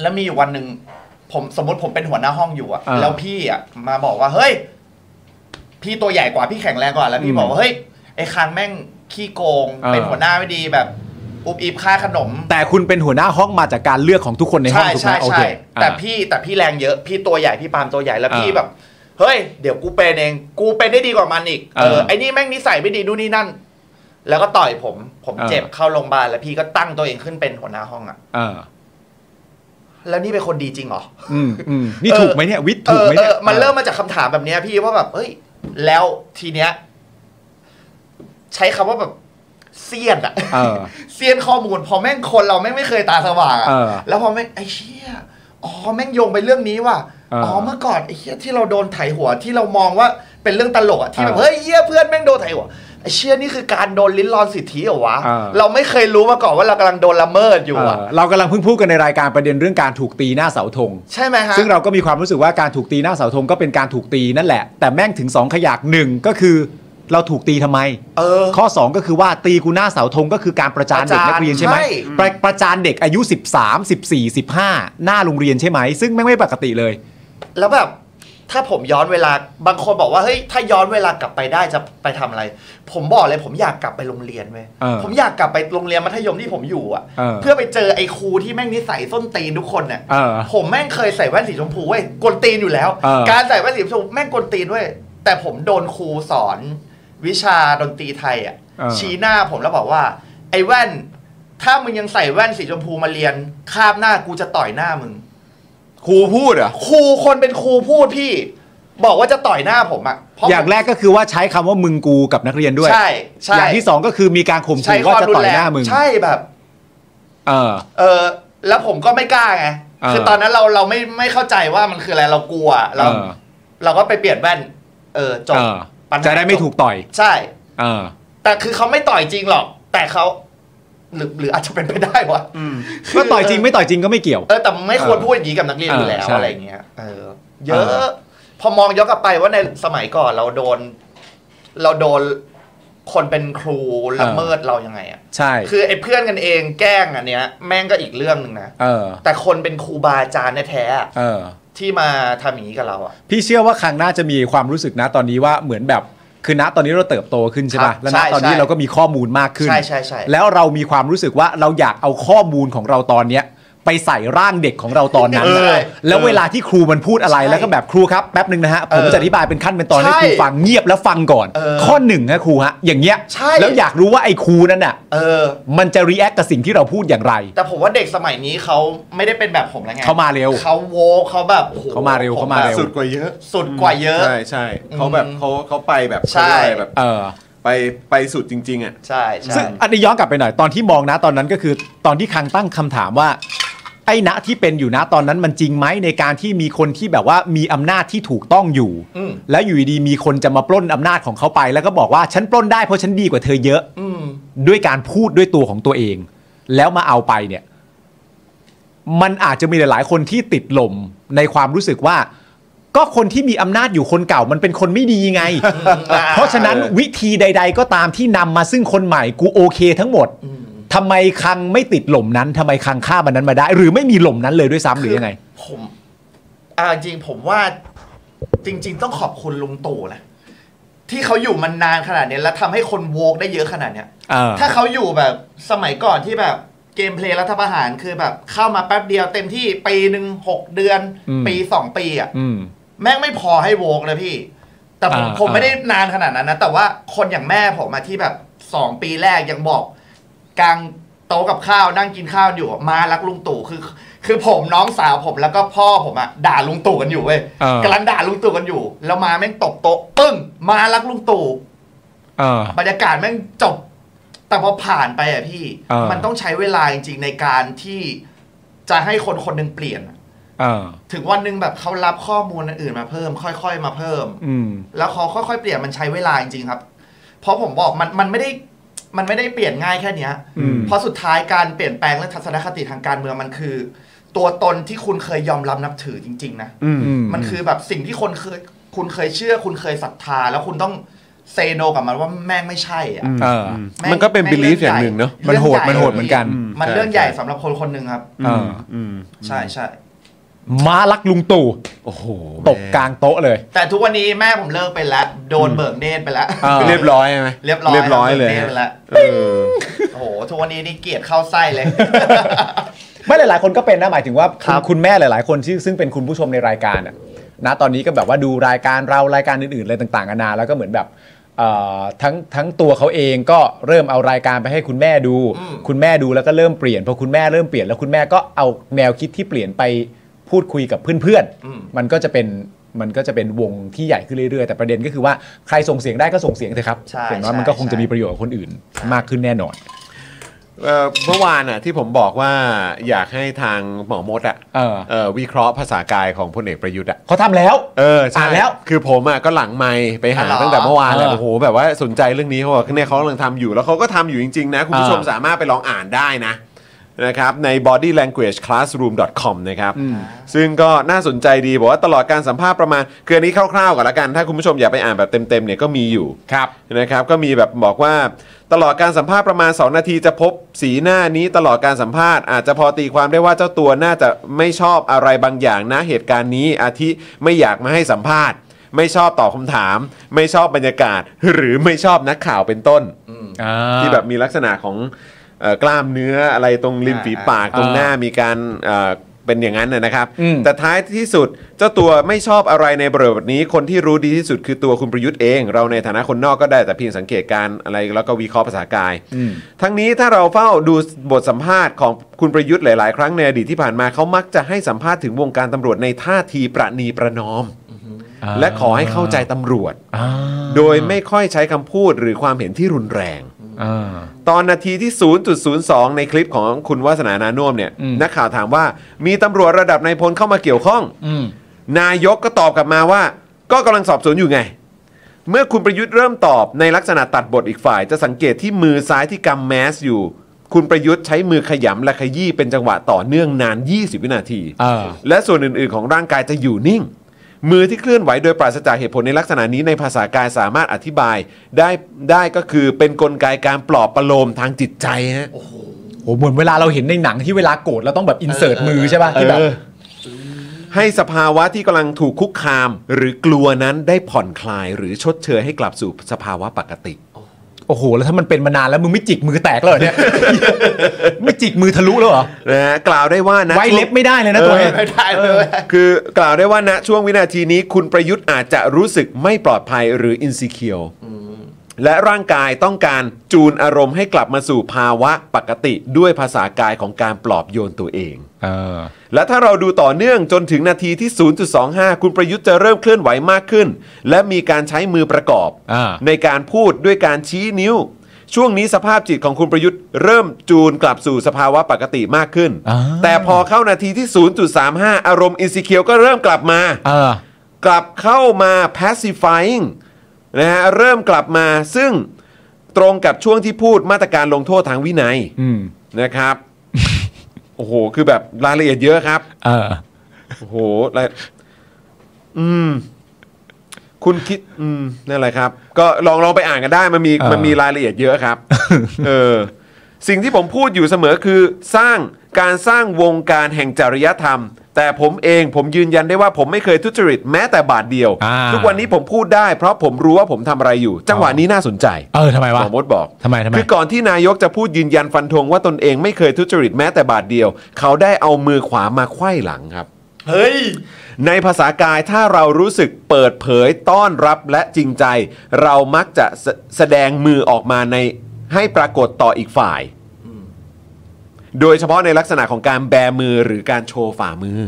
[SPEAKER 2] แล้วมีอยู่วันหนึ่งผมสมมติผมเป็นหัวหน้าห้องอยู่อะ
[SPEAKER 3] เออ
[SPEAKER 2] แล้วพี่อะมาบอกว่าเฮ้ย พี่ตัวใหญ่กว่าพี่แข็งแรงกว่าแล้วพี่
[SPEAKER 3] อืม
[SPEAKER 2] บอกว่าเฮ้ยไอ้คางแม่งขี้โกง
[SPEAKER 3] เออ
[SPEAKER 2] เป็นหัวหน้าไม่ดีแบบ อุบอิบค่าขนม
[SPEAKER 3] แต่คุณเป็นหัวหน้าห้องมาจากการเลือกของทุกคนในห้อง
[SPEAKER 2] ใช่
[SPEAKER 3] ถูกไหม
[SPEAKER 2] ใช่
[SPEAKER 3] โอเค
[SPEAKER 2] ใช่แต่
[SPEAKER 3] อ่า
[SPEAKER 2] พี่แต่พี่แรงเยอะ พี่ตัวใหญ่พี่ปาล์มตัวใหญ่แล้ว
[SPEAKER 3] เออ
[SPEAKER 2] พี่แบบ เฮ้ยเดี๋ยวกูเป็นเอง กูเป็นได้ดีกว่ามันอีกเอ
[SPEAKER 3] เออ
[SPEAKER 2] อไอ้นี่แม่งนิสัยไม่ดีนู่นนี่นั่น แล้วก็ต่อยผม ผม
[SPEAKER 3] เออ
[SPEAKER 2] เจ็บเข้าโรงพยาบาลแล้วพี่ก็ตั้งตัวเองขึ้นเป็นหัวหน้าห้องอะ
[SPEAKER 3] เออ
[SPEAKER 2] แล้วนี่เป็นคนดีจริงเหรอ
[SPEAKER 3] อืมอืมนี่
[SPEAKER 2] เออ
[SPEAKER 3] ถูกไหมเนี่ย วิทย์ถูกไหมเนี่ย
[SPEAKER 2] ออออมันเริ่มมาจากคำถามแบบเนี้ยพี่ว่าแบบเอ้ย แล้วทีเนี้ย ใช้คำว่าแบบเซียนอะ
[SPEAKER 3] เออ
[SPEAKER 2] เซียนข้อมูล พอแม่งคนเราแม่งไม่เคยตาสว่างอะ
[SPEAKER 3] เออ
[SPEAKER 2] แล้วพอแม่งไอ้เชี่ยอ๋อแม่งโยงไปเรื่องนี้ว่ะ
[SPEAKER 3] เอออ๋
[SPEAKER 2] อ๋อเมื่อก่อนไอ้เชี่ยที่เราโดนไถหัวที่เรามองว่าเป็นเรื่องตลกอะที่แบบ
[SPEAKER 3] เออ
[SPEAKER 2] เฮ้ยเชี่ยเพื่อนแม่งโดนไถหัวไอ้เชี่ยนี่คือการโดนลิ้นรอนสิทธิเหรอวะ
[SPEAKER 3] เออ
[SPEAKER 2] เราไม่เคยรู้มาก่อนว่าเรากำลังโดนละเมิดอยู่
[SPEAKER 3] เอ
[SPEAKER 2] อะ
[SPEAKER 3] อเรากำลังเพิ่งพูดกันในรายการประเด็นเรื่องการถูกตีหน้าเสาธง
[SPEAKER 2] ใช่ไหมฮะ
[SPEAKER 3] ซึ่งเราก็มีความรู้สึกว่าการถูกตีหน้าเสาธงก็เป็นการถูกตีนั่นแหละ แต่แม่งถึง 2 ขยักหนึ่งก็คือ เราถูกตีทำไม
[SPEAKER 2] เออ
[SPEAKER 3] ข้อ 2 ก็คือว่าตีกูหน้าเสาธงก็คือการประจานเด็กนักเรียนใช่ไหม
[SPEAKER 2] ใช่
[SPEAKER 3] ประประจานเด็กอายุ 13 14 15 หน้าโรงเรียนใช่ไหม ซึ่งแม่งไม่ปกติเลย
[SPEAKER 2] แล้วแบบถ้าผมย้อนเวลาบางคนบอกว่าเฮ้ยถ้าย้อนเวลากลับไปได้จะไปทำอะไร ผมบอกเลยผมอยากกลับไปโรงเรียนเว้ย
[SPEAKER 3] เออ
[SPEAKER 2] ผมอยากกลับไปโรงเรียนมัธยมที่ผมอยู่อ่ะ
[SPEAKER 3] เออ
[SPEAKER 2] เพื่อไปเจอไอ้ครูที่แม่งนิสัยส้นตีนทุกคนเนี่ย
[SPEAKER 3] เออ
[SPEAKER 2] ผมแม่งเคยใส่แว่นสีชมพูเว้ยกวนตีนอยู่แล้ว
[SPEAKER 3] เออ
[SPEAKER 2] การใส่แว่นสีชมพูแม่งกวนตีนเว้ยแต่ผมโดนครูสอนวิชาดนตรีไทยอ่ะ
[SPEAKER 3] เออ
[SPEAKER 2] ชี้หน้าผมแล้วบอกว่า ไอ้แว่น ถ้ามึงยังใส่แว่นสีชมพูมาเรียนคาบหน้ากูจะต่อยหน้ามึง
[SPEAKER 1] ครูพูดเหรอ
[SPEAKER 2] ครูคนเป็นครูพูดพี่ บอกว่าจะต่อยหน้าผมอะเพะ
[SPEAKER 3] อย่างแรกก็คือว่าใช้คำว่ามึงกูกับนักเรียนด้วย
[SPEAKER 2] ใช่ใช่
[SPEAKER 3] อย่างที่ 2 ก็คือมีการข่ม
[SPEAKER 2] ใช้
[SPEAKER 3] ขู่ว่าจะต่อยหน้ามึง
[SPEAKER 2] ใช่แบบ
[SPEAKER 3] เออ
[SPEAKER 2] เออแล้วผมก็ไม่กล้าไง
[SPEAKER 3] เออ
[SPEAKER 2] คือตอนนั้นเราเราไม่ไม่เข้าใจว่ามันคืออะไรเรากลัวเรา
[SPEAKER 3] เออ
[SPEAKER 2] เราก็ไปเปลี่ยนแว่น เออจบ
[SPEAKER 3] เออ
[SPEAKER 2] ปัญหา
[SPEAKER 3] จะได้ไม่ถูก
[SPEAKER 2] จบ
[SPEAKER 3] ต่อย
[SPEAKER 2] ใช่
[SPEAKER 3] เออ
[SPEAKER 2] แต่คือเขาไม่ต่อยจริงหรอก แต่เขาหรือหรืออาจจะเป็นไปได้วะ
[SPEAKER 1] อืม
[SPEAKER 2] คื
[SPEAKER 3] ก็ต่อยจริงไม่ต่อยจริงก็ไม่เกี่ยว
[SPEAKER 2] เออแต่ไม่ควร
[SPEAKER 3] เออ
[SPEAKER 2] พูดอย่างนี้กับนักเรียนอยู่แล้ว
[SPEAKER 3] เออใช่
[SPEAKER 2] อะไรอย่างเงี้ยเออ เย
[SPEAKER 3] เอ
[SPEAKER 2] อ
[SPEAKER 3] อ
[SPEAKER 2] ะพอมองย้อนกลับไปว่าในสมัยก่อนเราโดน เราโดน คนเป็นครูละเมิดเรายังไงอ่ะ
[SPEAKER 3] ใช่
[SPEAKER 2] คือไอ้เพื่อนกันเองแกล้งอันเนี้ย แม่งก็อีกเรื่องหนึ่งนะ
[SPEAKER 3] เออ
[SPEAKER 2] แต่คนเป็นครูบาอาจารย์แท้ๆอะ
[SPEAKER 3] เออ
[SPEAKER 2] ที่มาทำอย่างนี้กับเราอ่ะ
[SPEAKER 3] พี่เชื่อว่าครั้งหน้าจะมีความรู้สึกนะตอนนี้ว่าเหมือนแบบคือณตอนนี้เราเติบโตขึ้นใช่
[SPEAKER 2] ครั
[SPEAKER 3] ปะ
[SPEAKER 2] บ
[SPEAKER 3] แล้ว
[SPEAKER 2] ใช่
[SPEAKER 3] ณตอนนี้
[SPEAKER 2] ใช่
[SPEAKER 3] เราก็มีข้อมูลมากขึ้น
[SPEAKER 2] ใช่ใช่ใช่
[SPEAKER 3] แล้วเรามีความรู้สึกว่าเราอยากเอาข้อมูลของเราตอนเนี้ยไปใส่ร่างเด็กของเราตอนนั้น
[SPEAKER 1] เออ
[SPEAKER 3] แล้วเวลาที่ครูมันพูดอะไรแล้วก็แบบครูครับแป๊บหนึ่งนะฮะผมจะอธิบายเป็นขั้นเป็นตอนให้ครูฟังเงียบแล้วฟังก่อน ข้อหนึ่งนะครูฮะอย่างเงี้ยแล้วอยากรู้ว่าไอ้ครูนั้นน่ะ
[SPEAKER 2] เออ
[SPEAKER 3] มันจะรีแอคกับสิ่งที่เราพูดอย่างไร
[SPEAKER 2] แต่ผมว่าเด็กสมัยนี้เขาไม่ได้เป็นแบบผมแล้วไง
[SPEAKER 3] เขามาเร็ว
[SPEAKER 2] เขาโวเขาแบบโอ้โห
[SPEAKER 3] เขามาเร็ว
[SPEAKER 2] ผ
[SPEAKER 3] เขามาเร็ว
[SPEAKER 1] สุดกว่าเยอะ
[SPEAKER 2] สุดกว่าเยอะ
[SPEAKER 1] ใช่ใช่เขาแบบ
[SPEAKER 2] อืม
[SPEAKER 1] เขาเขาไปแบบ
[SPEAKER 2] ใช่
[SPEAKER 1] เขาเรียกอะไรแบบ
[SPEAKER 3] เออ
[SPEAKER 1] ไปไปสุดจริง ๆ อ่ะ
[SPEAKER 2] ใช่ใช่
[SPEAKER 3] ซึ่งอันนี้ย้อนกลับไปหน่อยตอนที่มองนะตอนนั้นก็คือตอนที่คังตั้งคำถามว่า ไอ้ณที่เป็นอยู่นะตอนนั้นมันจริงไหมในการที่มีคนที่แบบว่ามีอำนาจที่ถูกต้องอยู่
[SPEAKER 2] อืม
[SPEAKER 3] แล้วอยู่ดีๆมีคนจะมาปล้นอำนาจของเขาไป แล้วก็บอกว่าฉันปล้นได้เพราะฉันดีกว่าเธอเยอะ
[SPEAKER 2] อืม
[SPEAKER 3] ด้วยการพูดด้วยตัวของตัวเอง แล้วมาเอาไปเนี่ย มันอาจจะมีหลายๆ คนที่ติดลมในความรู้สึกว่า ก็คนที่มีอำนาจอยู่คนเก่ามันเป็นคนไม่ดีไง
[SPEAKER 2] อ่า
[SPEAKER 3] เพราะฉะนั้นวิธีใด ๆ ก็ตามที่นำมาซึ่งคนใหม่กูโอเคทั้งหมด
[SPEAKER 2] อืม
[SPEAKER 3] ทำไมคังไม่ติดหล่มนั้นทำไมคังฆ่ามันนั้นมาได้ หรือไม่มีหล่มนั้นเลยด้วยซ้ำหรือยังไง
[SPEAKER 2] ผมอ่าจริงผมว่าจริง ๆ ต้องขอบคุณลุงตู่นะที่เขาอยู่มันนานขนาดเนี้ยแล้วทำให้คนโวกได้เยอะขนาดเนี้ย
[SPEAKER 3] เออ
[SPEAKER 2] ถ้าเขาอยู่แบบสมัยก่อนที่แบบเกมเพลย์รัฐประหารคือแบบเข้ามาแป๊บเดียวเต็มที่ปีหนึ่งหกเดือน
[SPEAKER 3] อืม
[SPEAKER 2] ปีสองปีอ่ะ
[SPEAKER 3] อืม
[SPEAKER 2] แม่งไม่พอให้โวกนะพี่ แต่ผม
[SPEAKER 3] อ่า
[SPEAKER 2] ผม
[SPEAKER 3] อ่า
[SPEAKER 2] ไม่ได้นานขนาดนั้นนะ แต่ว่าคนอย่างแม่ผมมาที่แบบสองปีแรกยังบอกกลางโต๊ะกับข้าวนั่งกินข้าวอยู่มารักลุงตู่คือ คือผมน้องสาวผมแล้วก็พ่อผมอะด่าลุงตู่กันอยู่เว้ย
[SPEAKER 3] เออ
[SPEAKER 2] กำลังด่าลุงตู่กันอยู่ แล้วมาแม่งตบโต๊ะปึ้ง มารักลุงตู่
[SPEAKER 3] เออ
[SPEAKER 2] บรรยากาศแม่งจบ แต่พอผ่านไปอะพี่
[SPEAKER 3] เออ
[SPEAKER 2] มันต้องใช้เวลาจริงๆในการที่จะให้คนคนหนึ่งเปลี่ยนอะ
[SPEAKER 3] เออ
[SPEAKER 2] ถึงวันหนึ่งแบบเขารับข้อมูลอันอื่นมาเพิ่ม ค่อย ๆ มาเพิ่ม
[SPEAKER 3] อืม
[SPEAKER 2] แล้วเขาค่อยๆเปลี่ยนมันใช้เวลาจริงๆครับ เพราะผมบอกมันมันไม่ได้มันไม่ได้เปลี่ยนง่ายแค่เนี้ย
[SPEAKER 3] อืม
[SPEAKER 2] เพราะสุดท้ายการเปลี่ยนแปลงเรื่องทัศนคติทางการเมืองมันคือ ตัวตนที่คุณเคยยอมรับนับถือจริง ๆ นะ
[SPEAKER 1] อืม
[SPEAKER 3] อืม
[SPEAKER 2] มันคือแบบสิ่งที่คนเคยคุณเคยเชื่อ คุณเคยศรัทธา แล้วคุณต้องเซโนกับมันว่าแม่งไม่ใช่อ่ะ
[SPEAKER 3] เออ
[SPEAKER 2] แง
[SPEAKER 1] มันก็เป็น
[SPEAKER 2] แง
[SPEAKER 1] belief อ
[SPEAKER 2] รื่ใญ่
[SPEAKER 1] ย่างหนึ่งเนอะ
[SPEAKER 3] มันโหด
[SPEAKER 2] รื่งญ่
[SPEAKER 3] มันโหดเหมือนกัน
[SPEAKER 2] มันเรื่องใหญ่สำหรับคนคนหนึ่งครับ
[SPEAKER 3] เออ
[SPEAKER 1] อืม
[SPEAKER 2] ใช่ใช่
[SPEAKER 3] มารักลุงตู่
[SPEAKER 1] โอ้โห
[SPEAKER 3] ตบกลางโต๊ะเลย
[SPEAKER 2] แต่ทุกวันนี้แม่ผมเลิกไปแล้วโดนเบิกเนตรไปแล้ว
[SPEAKER 3] อ่า
[SPEAKER 1] เรียบร้อยใช่ไหม
[SPEAKER 2] เรียบร้อย
[SPEAKER 1] เรียบร้อยเลย
[SPEAKER 2] เรียบร้อยแล้ว
[SPEAKER 1] เออ
[SPEAKER 2] โอ้โหทุกวันนี้นี่เกลียดเข้าไส้เลย
[SPEAKER 3] ไม่หลาย ๆ คนก็เป็นนะหมายถึงว่า
[SPEAKER 2] ครับ
[SPEAKER 3] ณคุณแม่หลาย ๆ คนที่ซึ่งเป็นคุณผู้ชมในรายการอะนะตอนนี้ก็แบบว่าดูรายการเรารายการอื่น ๆ อะไรต่างๆนานาแล้วก็เหมือนแบบเอ่อทั้งทั้งตัวเขาเองก็เริ่มเอารายการไปให้คุณแม่ดู คุณแม่ดูแล้วก็เริ่มเปลี่ยนพอคุณแม่เริ่มเปลี่ยนแล้วคุณแม่ก็เอาแนวคิดที่เปลี่ยนไปพูดคุยกับเพื่อน ๆ
[SPEAKER 2] อืม
[SPEAKER 3] มันก็จะเป็นมันก็จะเป็นวงที่ใหญ่ขึ้นเรื่อย ๆ แต่ประเด็นก็คือว่าใครส่งเสียงได้ก็ส่งเสียงเถอะครับ
[SPEAKER 2] ใช่
[SPEAKER 3] อย่างน้อย
[SPEAKER 2] ใช่
[SPEAKER 3] มันก็คงจะมี
[SPEAKER 2] ใช่
[SPEAKER 3] ประโยชน์กับคนอื่น มากขึ้นแน่นอน
[SPEAKER 1] เอ่อเมื่อวานน่ะที่ผมบอกว่าอยากให้ทางหมอมดอ่ะ
[SPEAKER 3] เออ
[SPEAKER 1] เอ่อวิเคราะห์ภาษากายของพลเอกประยุทธ์อ่ะ
[SPEAKER 3] เขาทำแล้ว
[SPEAKER 1] เออใช่
[SPEAKER 3] อ่านแล้ว
[SPEAKER 1] คือผมอ่ะก็หลังไมค์ไปหา
[SPEAKER 2] อ๋อเหรอ
[SPEAKER 1] ตั้งแต่เมื่อวานเลย
[SPEAKER 3] เออ
[SPEAKER 1] โอ้โหแบบว่าสนใจเรื่องนี้เขาบอกเนี่ยเขากำลังทำอยู่ แล้วเขาก็ทำอยู่จริง ๆ นะ คุณผู้ชม
[SPEAKER 3] เออ
[SPEAKER 1] สามารถไปลองอ่านได้นะนะครับใน bodylanguageclassroom.com นะครับ ซึ่งก็น่าสนใจดีบอกว่าตลอดการสัมภาษณ์ประมาณคืออันนี้คร่าวๆก่อนละกัน ถ้าคุณผู้ชมอยากไปอ่านแบบเต็มๆเนี่ยก็มีอยู่
[SPEAKER 3] ครับ
[SPEAKER 1] นะครับก็มีแบบบอกว่าตลอดการสัมภาษณ์ประมาณ 2 นาทีจะพบสีหน้านี้ตลอดการสัมภาษณ์อาจจะพอตีความได้ว่าเจ้าตัวน่าจะไม่ชอบอะไรบางอย่างนะเหตุการณ์นี้อาทิไม่อยากมาให้สัมภาษณ์ ไม่ชอบตอบคำถาม ไม่ชอบบรรยากาศ หรือไม่ชอบนักข่าวเป็นต้น ที่แบบมีลักษณะของเอ่อกล้ามเนื้ออะไรตรงริมฝีปาก
[SPEAKER 3] อ่า
[SPEAKER 1] ตรงหน้า
[SPEAKER 3] อ่ามี
[SPEAKER 1] มีการเอ่อเป็นอย่างนั้นนะนะครับ
[SPEAKER 3] อืม
[SPEAKER 1] แต่ท้ายที่สุดเจ้าตัวไม่ชอบอะไรในบริบทนี้คนที่รู้ดีที่สุดคือตัวคุณประยุทธ์เอง เราในฐานะคนนอกก็ได้แต่เพียงสังเกตการณ์อะไรแล้วก็วิเคราะห์ภาษากาย
[SPEAKER 3] อืม
[SPEAKER 1] ทั้งนี้ถ้าเราเฝ้าดูบทสัมภาษณ์ของคุณประยุทธ์หลาย ๆ ครั้งในอดีตที่ผ่านมาเขามักจะให้สัมภาษณ์ถึงวงการตำรวจในท่าทีประนีประนอม และขอให้เข้าใจตำรวจ
[SPEAKER 3] อ่า
[SPEAKER 1] โดยไม่ค่อยใช้คำพูดหรือความเห็นที่รุนแรง
[SPEAKER 3] อ่า
[SPEAKER 1] ตอนนาทีที่ 0.02 ในคลิปของคุณวาสนานานุ่มเนี่ย
[SPEAKER 3] อืม
[SPEAKER 1] นักข่าวถามว่ามีตำรวจระดับนายพลเข้ามาเกี่ยวข้อง
[SPEAKER 3] อืม
[SPEAKER 1] นายกก็ตอบกลับมาว่า ก็กำลังสอบสวนอยู่ไง เมื่อคุณประยุทธ์เริ่มตอบในลักษณะตัดบทอีกฝ่าย จะสังเกตที่มือซ้ายที่กำแมสอยู่ คุณประยุทธ์ใช้มือขยำและขยี้เป็นจังหวะต่อเนื่องนาน 20 วินาที
[SPEAKER 3] เออ
[SPEAKER 1] และส่วนอื่น ๆ ของร่างกายจะอยู่นิ่ง มือที่เคลื่อนไหวโดยปราศจากเหตุผลในลักษณะนี้ในภาษากายสามารถอธิบายได้ได้ก็คือเป็นกลไกการปลอบประโลมทางจิตใจฮะ
[SPEAKER 2] โอ้โห
[SPEAKER 3] โอ้เหมือนเวลาเราเห็นในหนังที่เวลาโกรธเราต้องแบบอินเสิร์ต
[SPEAKER 2] เออ
[SPEAKER 3] มือใช่ป่ะที่แบบ
[SPEAKER 1] เออให้สภาวะที่กำลังถูกคุกคาม หรือกลัวนั้นได้ผ่อนคลาย หรือชดเชยให้กลับสู่สภาวะปกติ
[SPEAKER 3] โอ้โห แล้วถ้ามันเป็นมานานแล้วมึงไม่จิกมือแตกแล้วเห รอเนี่ย ไม่จิกมือทะลุแล้วเหรอ
[SPEAKER 1] นะฮะกล่าวได้ว่านะ
[SPEAKER 3] ไว้เล็บไม่ได้เลยนะตัวเอง
[SPEAKER 2] ไม่ได้เลย
[SPEAKER 1] คือกล่าวได้ว่านะช่วงวินาทีนี้คุณประยุทธ์อาจจะรู้สึกไม่ปลอดภัยหรืออินซิเคียวและร่างกายต้องการจูนอารมณ์ให้กลับมาสู่ภาวะปกติด้วยภาษากายของการปลอบโยนตัวเอง
[SPEAKER 3] เออ
[SPEAKER 1] และถ้าเราดูต่อเนื่องจนถึงนาทีที่ 0.25 คุณประยุทธ์จะเริ่มเคลื่อนไหวมากขึ้น และมีการใช้มือประกอบ
[SPEAKER 3] อ่า
[SPEAKER 1] ในการพูดด้วยการชี้นิ้ว ช่วงนี้สภาพจิตของคุณประยุทธ์เริ่มจูนกลับสู่สภาวะปกติมากขึ้น
[SPEAKER 3] อ่า
[SPEAKER 1] แต่พอเข้านาทีที่ 0.35 อารมณ์อินสิเคียวก็เริ่มกลับมา
[SPEAKER 3] เออ
[SPEAKER 1] กลับเข้ามา pacifying นะฮะเริ่มกลับมาซึ่งตรงกับช่วงที่พูดมาตรการลงโทษทางวินัย
[SPEAKER 3] อืม
[SPEAKER 1] นะครับ โอ้โห คือแบบรายละเอียดเยอะครับ
[SPEAKER 3] เออ
[SPEAKER 1] โอ้โหอะไรอืม คุณคิด อืม นั่นแหละครับ ก็ลองลองไปอ่านกันได้ มันมี
[SPEAKER 3] เออ
[SPEAKER 1] มันมีรายละเอียดเยอะ ครับ เออ สิ่งที่ผมพูดอยู่เสมอคือ สร้างการสร้างวงการแห่งจริยธรรม แต่ผมเองผมยืนยันได้ว่าผมไม่เคยทุจริตแม้แต่บาทเดียว
[SPEAKER 3] อ่า
[SPEAKER 1] ทุกวันนี้ผมพูดได้เพราะผมรู้ว่าผมทำอะไรอยู่ จังหวะนี้น่าสนใจ
[SPEAKER 3] เออทำไม
[SPEAKER 1] หม
[SPEAKER 3] วะ
[SPEAKER 1] อมดบอก
[SPEAKER 3] ทำไมทำไม
[SPEAKER 1] คือก่อนที่นายกจะพูดยืนยันฟันธงว่าตนเองไม่เคยทุจริตแม้แต่บาทเดียว เขาได้เอามือขวามาไขว้หลังครับ
[SPEAKER 2] เฮ้ย
[SPEAKER 1] ในภาษากายถ้าเรารู้สึกเปิดเผยต้อนรับและจริงใจ เรามักจะแสแสดงมือออกมาในให้ปรากฏต่ออีกฝ่าย โดยเฉพาะในลักษณะของการแบมือหรือการโชว์ฝ่ามือ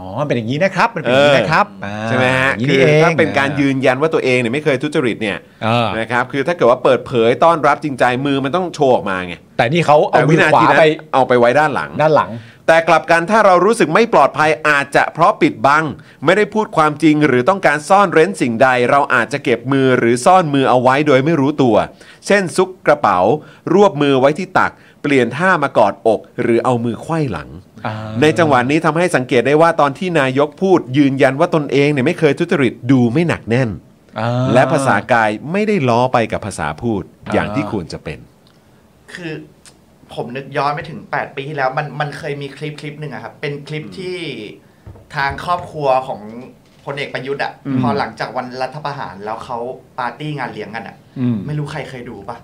[SPEAKER 3] อ๋อมันเป็นอย่างนี้นะครับ มันเป็นอย่างนี้
[SPEAKER 1] เออ
[SPEAKER 3] นะครับอ่า
[SPEAKER 1] ใช่ไหมฮะ
[SPEAKER 3] ย่างนี้
[SPEAKER 1] คื
[SPEAKER 3] นี่
[SPEAKER 1] อ
[SPEAKER 3] เอง
[SPEAKER 1] ถ้าเป็นการยืนยันว่าตัวเองเนี่ยไม่เคยทุจริตเนี่ย
[SPEAKER 3] เออ
[SPEAKER 1] นะครับคือถ้าเกิดว่าเปิดเผยต้อนรับจริงใจมือมันต้องโชว์ออกมาไง
[SPEAKER 3] แต่นี่เขาเอา
[SPEAKER 1] แต่
[SPEAKER 3] มื
[SPEAKER 1] วิ
[SPEAKER 3] อ
[SPEAKER 1] นา
[SPEAKER 3] ขวา
[SPEAKER 1] ทีนั้น
[SPEAKER 3] ไป
[SPEAKER 1] เอาไปไว้ด้านหลัง
[SPEAKER 3] ด้านหลัง
[SPEAKER 1] แต่กลับกันถ้าเรารู้สึกไม่ปลอดภัยอาจจะเพราะปิดบัง ไม่ได้พูดความจริงหรือต้องการซ่อนเร้นสิ่งใด เราอาจจะเก็บมือหรือซ่อนมือเอาไว้โดยไม่รู้ตัว เช่นซุกกระเป๋า รวบมือไว้ที่ตัก เปลี่ยนท่ามากอดอก หรือเอามือไขว้หลัง
[SPEAKER 3] อ่า
[SPEAKER 1] ในจังหวะนี้ทำให้สังเกตได้ว่าตอนที่นายกพูด ยืนยันว่าตนเองเนี่ยไม่เคยทุจริตดูไม่หนักแน่น
[SPEAKER 3] อ่
[SPEAKER 1] และภาษากายไม่ได้ล้อไปกับภาษาพูดอย่างที่ควรจะเป็น
[SPEAKER 2] คือผมนึกย้อนไปถึง 8 ปีที่แล้ว มันมันเคยมีคลิปคลิปหนึ่งอะครับ เป็นคลิปที่ทางครอบครัวของพลเอกประยุทธ์อะพอหลังจากวันรัฐประหารแล้วเขาปาร์ตี้งานเลี้ยงกันอะ
[SPEAKER 3] อืม
[SPEAKER 2] ไม่รู้ใครเคยดูปะ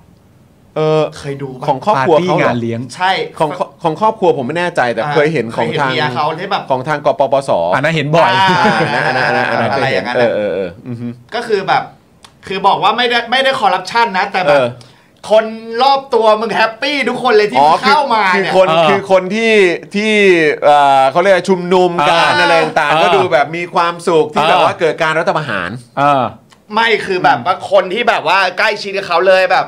[SPEAKER 1] เออ
[SPEAKER 2] เคยดูปะ
[SPEAKER 1] ของครอบครัว
[SPEAKER 3] ปาตี้
[SPEAKER 1] เขาเหรง
[SPEAKER 3] า
[SPEAKER 1] อน
[SPEAKER 3] เลี้ยง
[SPEAKER 2] ใช่
[SPEAKER 1] ของของครอบครัวผมไม่แน่ใจแต่
[SPEAKER 2] อ่า
[SPEAKER 1] เคยเห็นของทาง
[SPEAKER 2] เมียเขาที่แบบ
[SPEAKER 1] ของทางกปปส
[SPEAKER 3] อันนั้นเห็นบ่อย
[SPEAKER 2] อ่า
[SPEAKER 1] นะอันนั้นอันนั้นอันนั้น
[SPEAKER 2] อะไรอย่างนั้น
[SPEAKER 1] เอ
[SPEAKER 2] อะ
[SPEAKER 1] อเออเอออือฮึ
[SPEAKER 2] ก็คือแบบ คือบอกว่าไม่ได้ไม่ได้คอร์รัปชันนะ แต่แบบ
[SPEAKER 1] เออ
[SPEAKER 2] คนรอบตัวมึงแฮปปี้ทุกคนเลยที่
[SPEAKER 1] อ๋อคือ
[SPEAKER 2] เข้ามา
[SPEAKER 1] คือ
[SPEAKER 2] เนี่ย
[SPEAKER 1] คน
[SPEAKER 3] เออ
[SPEAKER 1] คือคนที่ที่เอ่อเขาเรียกชุมนุมการ
[SPEAKER 2] เอออ
[SPEAKER 1] อะไรต่าง
[SPEAKER 3] เอ
[SPEAKER 1] ๆ
[SPEAKER 3] อ
[SPEAKER 1] ก็ดูแบบมีความสุขที่
[SPEAKER 3] เออ
[SPEAKER 1] แบบว่าเกิดการรัฐประหาร
[SPEAKER 3] เออ
[SPEAKER 2] ไม่คือแบบว่าคนที่แบบว่าใกล้ชิดกับเขาเลยแบบ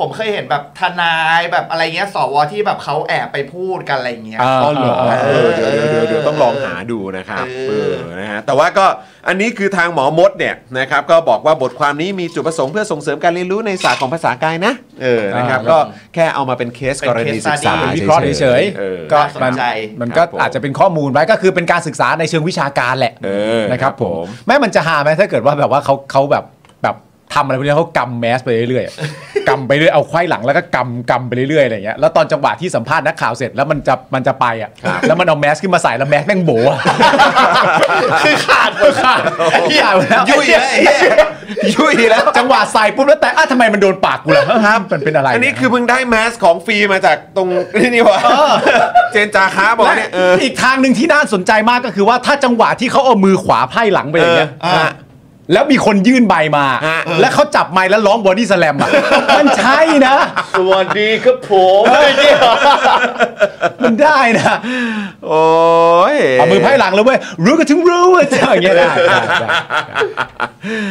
[SPEAKER 2] ผมเคยเห็นแบบทนายแบบอะไรเงี้ยสวที่แบบเขาแอบไปพูดกันอะไรเงี้ย
[SPEAKER 3] อ่า
[SPEAKER 1] อ๋อเหรอ
[SPEAKER 2] เอ
[SPEAKER 1] เออ
[SPEAKER 2] อ
[SPEAKER 1] เดี๋ยวเดี๋ยวเดี๋ยวเดี๋ยวต้องลองหาดูนะครับ
[SPEAKER 2] เอ
[SPEAKER 1] เอ
[SPEAKER 2] อ
[SPEAKER 1] อนะฮะแต่ว่าก็อันนี้คือทางหมอมดเนี่ยนะครับก็บอกว่าบทความนี้มีจุดประสงค์เพื่อส่งเสริมการเรียนรู้ในศาสตร์ของภาษากายนะเออนะครับก็แค่เอามาเป็นเคสกรณีศึกษา
[SPEAKER 3] เป็นวิเคราะห์เฉย
[SPEAKER 1] ออ
[SPEAKER 3] ๆก็
[SPEAKER 2] น่าสน
[SPEAKER 3] มัน
[SPEAKER 2] ใจ
[SPEAKER 3] มันก็
[SPEAKER 1] ครับผม
[SPEAKER 3] อาจจะเป็นข้อมูลไว้ก็คือเป็นการศึกษาในเชิงวิชาการแหละ
[SPEAKER 1] เออ
[SPEAKER 3] นะครั
[SPEAKER 1] ครั
[SPEAKER 3] บ
[SPEAKER 1] บ
[SPEAKER 3] ผ
[SPEAKER 1] ผม ม
[SPEAKER 3] แม้มันจะหาไหมถ้าเกิดว่าแบบว่าเขาเขาแบบแบบทำอะไรพวกนี้เขากำแมสไปเรื่อย ๆอะ กำไปเรื่อยเอาไขว้หลังแล้วก็กำกำไปเรื่อยๆอะไรเงี้ยแล้วตอนจังหวะที่สัมภาษณ์นักข่าวเสร็จแล้วมันจะมันจะไปอ่ะแล้วมันเอาแมสขึ้นมาใส่แล้วแมสแม่งโบอะ
[SPEAKER 2] คือขาดหมด
[SPEAKER 3] ขาดขาดไปแล้ว
[SPEAKER 1] ยุ่ยแล้วไอ้เหี้ยยุ่ยแล้ว
[SPEAKER 3] จังหวะใส่ปุ๊บแล้วแต่อ่ะทำไมมันโดนปากกูล่ะ ฮะมันเป็นอะไร
[SPEAKER 1] อันนี้
[SPEAKER 3] เย
[SPEAKER 1] คือมึงได้แมสของฟรีมาจากตรง นี่นี่หวะเจนจาค้าบอก
[SPEAKER 3] และ
[SPEAKER 1] เนี่ยเออ
[SPEAKER 3] อีกทางหนึ่งที่น่าสนใจมากก็คือว่าถ้าจังหวะที่เขาเอามือขวาไพ่หลังไปอย่างเงี้ย
[SPEAKER 1] เอออ่ะ
[SPEAKER 3] แล้วมีคนยื่นใบมา
[SPEAKER 1] ฮะ
[SPEAKER 3] แล้วเขาจับไม้แล้วร้องบอดี้สแลมอ่ะ มันใช่นะ
[SPEAKER 2] สวัสดีครับผม
[SPEAKER 3] มันได้นะ
[SPEAKER 1] โอ้ย
[SPEAKER 3] เอามือไพ่หลังแล้วเว้ยรู้ก็ถึงรู้อะอย่างเงี้ยได้ได้ได้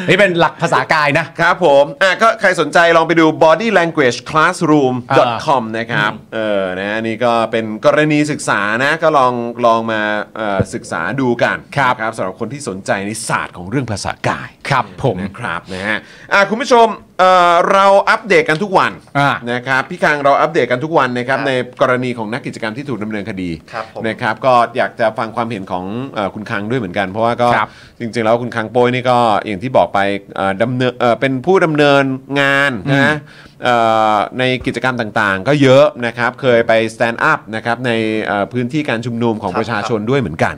[SPEAKER 3] นี่เป็นหลักภาษากายนะ
[SPEAKER 1] ครับผมอ่ะก็ใครสนใจลองไปดู body language classroom
[SPEAKER 3] อ่า
[SPEAKER 1] com นะครับ เออนะอันนี่ก็เป็นกรณีศึกษานะ ก็ลองลองมาเอ่อศึกษาดูกัน
[SPEAKER 3] ครับ
[SPEAKER 1] นะสำหรับคนที่สนใจในศาสตร์ของเรื่องภาษากาย
[SPEAKER 3] ครับผม
[SPEAKER 1] นะครับนะฮะอ่ะคุณผู้ชมเอ่อเราอัปเดตกันทุกวัน
[SPEAKER 3] อ่า
[SPEAKER 1] นะครับพี่คังเราอัปเดตกันทุกวันนะครับ
[SPEAKER 2] ครับ
[SPEAKER 1] ในกรณีของนักกิจกรรมที่ถูกดำเนินคดี
[SPEAKER 2] ครับผม
[SPEAKER 1] นะครับก็อยากจะฟังความเห็นของเอ่อคุณคังด้วยเหมือนกัน เพราะว่าก็
[SPEAKER 3] ครับ
[SPEAKER 1] จริงๆแล้วคุณคังโป้ยนี่ก็อย่างที่บอกไปเอ่อดำเนินเอ่อเป็นผู้ดำเนินงานนะเอ่อในกิจกรรมต่างๆ ก็เยอะนะครับเคยไปสแตนด์อัพนะครับในเอ่อพื้นที่การชุมนุมของประชาชนด้วยเหมือนกัน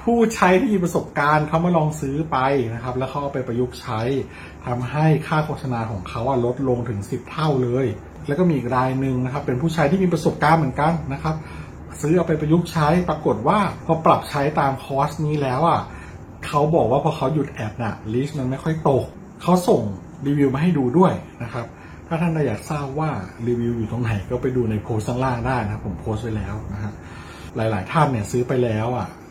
[SPEAKER 4] ผู้ใช้ที่มีประสบการณ์เขามาลองซื้อไปนะครับ แล้วเขาเอาไปประยุกต์ใช้ทำให้ค่าโฆษณาของเขาอะลดลงถึง 10 เท่าเลย แล้วก็มีอีกรายหนึ่งนะครับ เป็นผู้ใช้ที่มีประสบการณ์เหมือนกันนะครับ ซื้อเอาไปประยุกต์ใช้ปรากฏว่าพอปรับใช้ตามคอร์สนี้แล้วอ่ะเขาบอกว่าพอเขาหยุดแอดน่ะลิสต์มันไม่ค่อยตกเขาส่งรีวิวมาให้ดูด้วยนะครับ ถ้าท่านอยากทราบว่ารีวิวอยู่ตรงไหนก็ไปดูในโพสต์ข้างล่างได้นะครับผมโพสต์ไว้แล้วนะฮะ หลาย ๆ ท่านเนี่ยซื้อไปแล้วอ่ะ